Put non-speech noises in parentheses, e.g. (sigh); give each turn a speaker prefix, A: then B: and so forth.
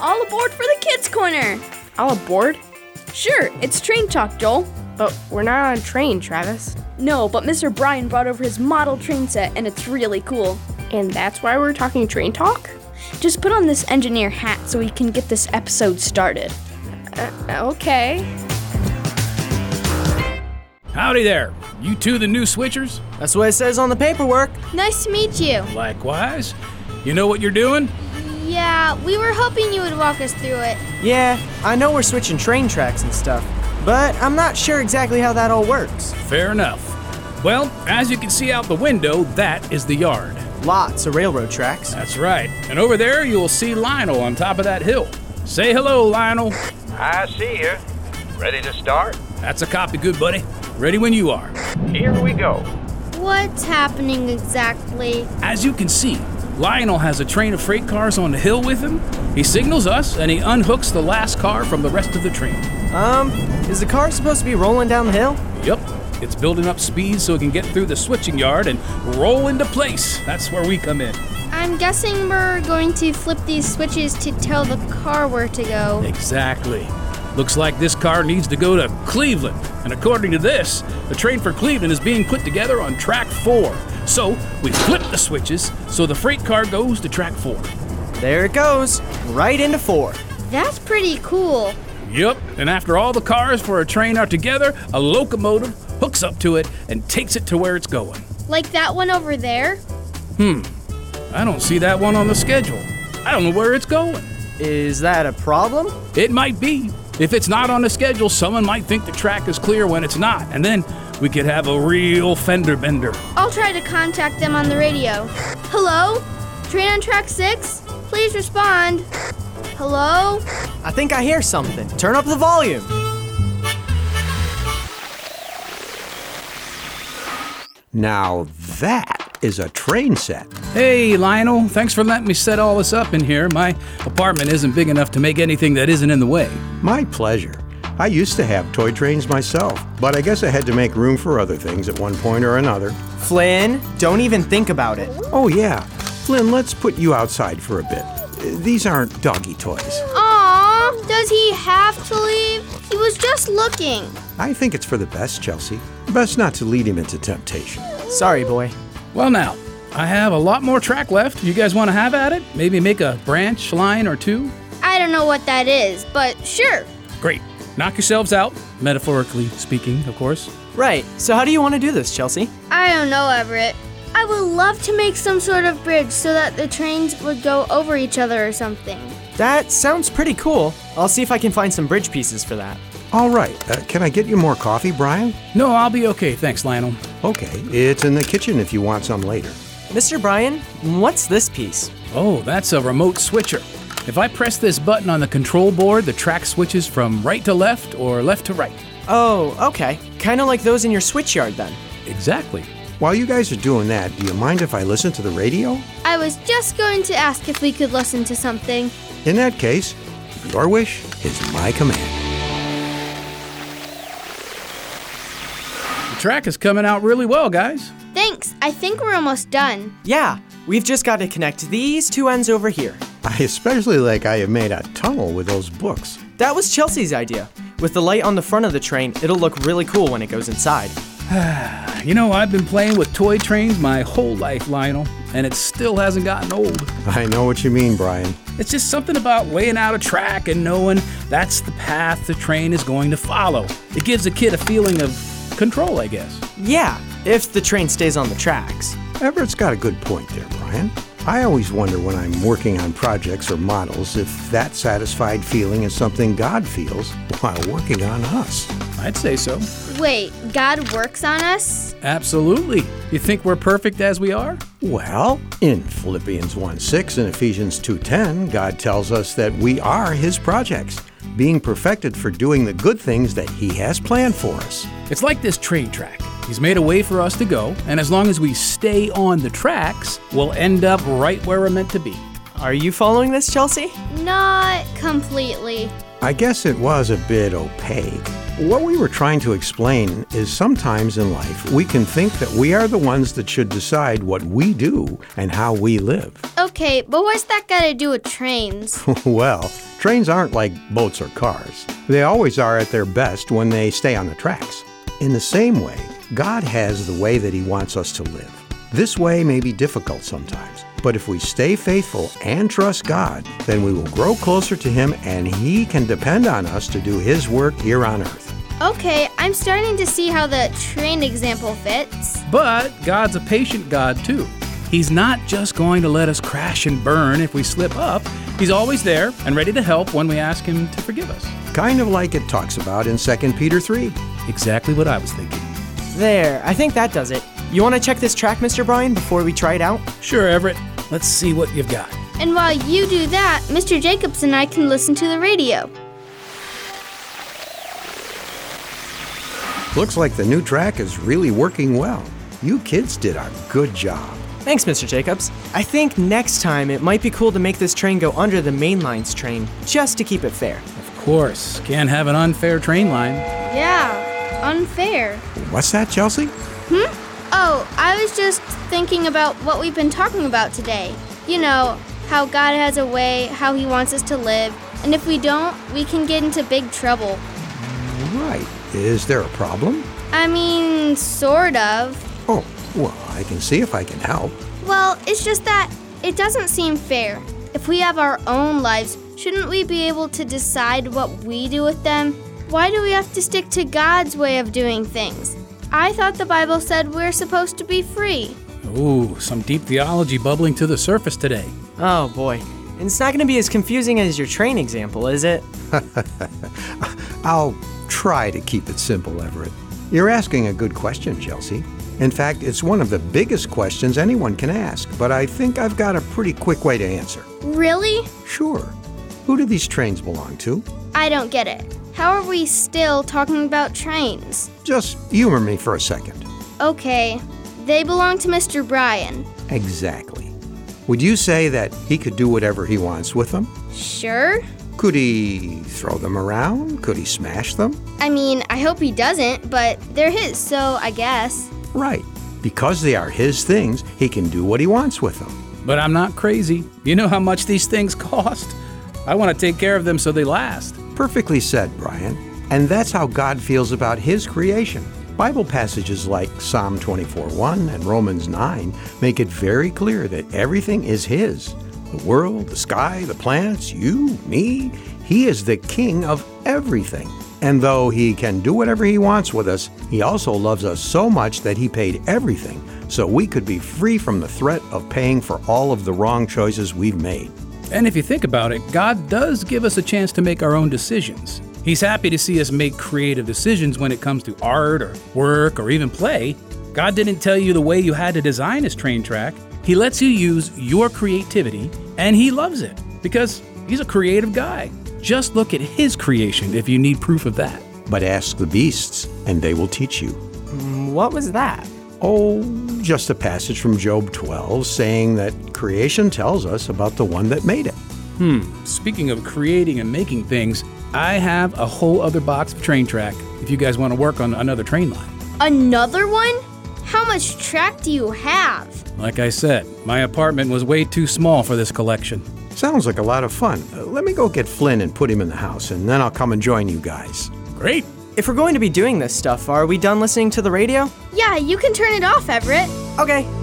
A: All aboard for the kids' corner!
B: All aboard?
A: Sure, it's train talk, Joel.
B: But we're not on a train, Travis.
A: No, but Mr. Bryan brought over his model train set and it's really cool.
B: And that's why we're talking train talk?
A: Just put on this engineer hat so we can get this episode started.
B: Uh, okay.
C: Howdy there. You two the new switchers?
D: That's what it says on the paperwork.
E: Nice to meet you.
C: Likewise. You know what you're doing?
E: Yeah, we were hoping you would walk us through it.
D: Yeah, I know we're switching train tracks and stuff, but I'm not sure exactly how that all works.
C: Fair enough. Well, as you can see out the window, that is the yard.
D: Lots of railroad tracks.
C: That's right. And over there, you will see Lionel on top of that hill. Say hello, Lionel.
F: I see you. Ready to start?
C: That's a copy, good buddy. Ready when you are.
F: Here we go.
E: What's happening exactly?
C: As you can see, Lionel has a train of freight cars on the hill with him. He signals us and he unhooks the last car from the rest of the train.
D: Um, is the car supposed to be rolling down the hill?
C: Yep, it's building up speed so it can get through the switching yard and roll into place. That's where we come in.
E: I'm guessing we're going to flip these switches to tell the car where to go.
C: Exactly. Looks like this car needs to go to Cleveland. And according to this, the train for Cleveland is being put together on track four. So we flip the switches so the freight car goes to track four.
D: There it goes, right into four.
E: That's pretty cool.
C: Yep, and after all the cars for a train are together, a locomotive hooks up to it and takes it to where it's going.
E: Like that one over there?
C: Hmm, I don't see that one on the schedule. I don't know where it's going.
D: Is that a problem?
C: It might be. If it's not on the schedule, someone might think the track is clear when it's not, and then we could have a real fender bender.
E: I'll try to contact them on the radio. Hello? Train on track six? Please respond. Hello?
D: I think I hear something. Turn up the volume.
G: Now that is a train set.
C: Hey, Lionel, thanks for letting me set all this up in here. My apartment isn't big enough to make anything that isn't in the way.
G: My pleasure. I used to have toy trains myself, but I guess I had to make room for other things at one point or another.
D: Flynn, don't even think about it.
G: Oh, yeah. Flynn, let's put you outside for a bit. These aren't doggy toys.
E: Aw, does he have to leave? He was just looking.
G: I think it's for the best, Chelsea. Best not to lead him into temptation.
D: Sorry, boy.
C: Well, now, I have a lot more track left. You guys want to have at it? Maybe make a branch line or two?
E: I don't know what that is, but sure.
C: Great. Knock yourselves out, metaphorically speaking, of course.
D: Right, so how do you want to do this, Chelsea?
E: I don't know, Everett. I would love to make some sort of bridge so that the trains would go over each other or something.
D: That sounds pretty cool. I'll see if I can find some bridge pieces for that.
G: All right, uh, can I get you more coffee, Brian?
C: No, I'll be okay. Thanks, Lionel.
G: Okay, it's in the kitchen if you want some later.
D: Mr. Brian, what's this piece?
C: Oh, that's a remote switcher. If I press this button on the control board, the track switches from right to left or left to right.
D: Oh, okay. Kind of like those in your switch yard then.
C: Exactly.
G: While you guys are doing that, do you mind if I listen to the radio?
E: I was just going to ask if we could listen to something.
G: In that case, your wish is my command.
C: The track is coming out really well, guys.
E: Thanks. I think we're almost done.
D: Yeah, we've just got to connect these two ends over here.
G: (laughs) I especially like I have made a tunnel with those books.
D: That was Chelsea's idea. With the light on the front of the train, it'll look really cool when it goes inside.
C: you know, I've been playing with toy trains my whole life, Lionel, and it still hasn't gotten old.
G: I know what you mean, Brian.
C: It's just something about laying out a track and knowing that's the path the train is going to follow. It gives a kid a feeling of control, I guess.
D: Yeah, if the train stays on the tracks.
G: Everett's got a good point there, Brian. I always wonder when I'm working on projects or models if that satisfied feeling is something God feels while working on us.
C: I'd say so.
E: Wait, God works on us?
C: Absolutely. You think we're perfect as we are?
G: Well, in Philippians 1:6 and Ephesians 2:10, God tells us that we are his projects, being perfected for doing the good things that he has planned for us.
C: It's like this train track. He's made a way for us to go, and as long as we stay on the tracks, we'll end up right where we're meant to be.
D: Are you following this, Chelsea?
E: Not completely.
G: I guess it was a bit opaque. What we were trying to explain is sometimes in life we can think that we are the ones that should decide what we do and how we live. (laughs)
E: Okay, but what's that got to do with trains?
G: well, trains aren't like boats or cars. They always are at their best when they stay on the tracks. In the same way, God has the way that He wants us to live. This way may be difficult sometimes, but if we stay faithful and trust God, then we will grow closer to Him and He can depend on us to do His work here on earth.
E: okay, I'm starting to see how the train example fits.
C: But God's a patient God, too. He's not just going to let us crash and burn if we slip up. He's always there and ready to help when we ask Him to forgive us.
G: Kind of like it talks about in 2 Peter 3.
C: Exactly what I was thinking.
D: There, I think that does it. You want to check this track, Mr. Bryan, before we try it out?
C: Sure, Everett, let's see what you've got.
E: And while you do that, Mr. Jacobs and I can listen to the radio.
G: Looks like the new track is really working well. You kids did a good job.
D: Thanks, Mr. Jacobs. I think next time it might be cool to make this train go under the main line's train, just to keep it fair.
C: Of course, can't have an unfair train line.
E: Yeah, unfair.
G: What's that, Chelsea?
E: Oh, I was just thinking about what we've been talking about today. You know, how God has a way, how He wants us to live, and if we don't, we can get into big trouble.
G: Right. Is there a problem?
E: I mean, sort of.
G: Oh, well, I can see if I can help.
E: Well, it's just that it doesn't seem fair. If we have our own lives, shouldn't we be able to decide what we do with them? Why do we have to stick to God's way of doing things? I thought the Bible said we're supposed to be free.
C: Ooh, some deep theology bubbling to the surface today.
D: Oh boy. And it's not going to be as confusing as your train example, is it?
G: I'll try to keep it simple, Everett. You're asking a good question, Chelsea. In fact, it's one of the biggest questions anyone can ask, but I think I've got a pretty quick way to answer.
E: Really?
G: Sure. Who do these trains belong to?
E: I don't get it. How are we still talking about trains?
G: Just humor me for a second.
E: Okay, they belong to Mr. Bryan.
G: Exactly. Would you say that he could do whatever he wants with them?
E: Sure?
G: Could he throw them around? Could he smash them?
E: I mean, I hope he doesn't, but they're his, so I guess.
G: Right. Because they are his things, he can do what he wants with them.
C: But I'm not crazy. You know how much these things (laughs) cost? I want to take care of them so they last.
G: Perfectly said, Brian. And that's how God feels about his creation. Bible passages like Psalm 24:1 and Romans 9 make it very clear that everything is his. The world, the sky, the plants, you, me, he is the king of everything. And though he can do whatever he wants with us, he also loves us so much that he paid everything so we could be free from the threat of paying for all of the wrong choices we've made.
C: And if you think about it, God does give us a chance to make our own decisions. He's happy to see us make creative decisions when it comes to art or work or even play. God didn't tell you the way you had to design his train track. He lets you use your creativity, and he loves it because he's a creative guy. Just look at his creation if you need proof of that.
G: But ask the beasts, and they will teach you.
D: What was that?
G: Oh, just a passage from Job 12 saying that creation tells us about the one that made it.
C: Speaking of creating and making things, I have a whole other box of train track if you guys want to work on another train line.
E: Another one? How much track do you have?
C: Like I said, my apartment was way too small for this collection.
G: Sounds like a lot of fun. Uh, let me go get Flynn and put him in the house, and then I'll come and join you guys.
C: Great!
D: If we're going to be doing this stuff, are we done listening to the radio?
E: Yeah, you can turn it off, Everett.
D: Okay,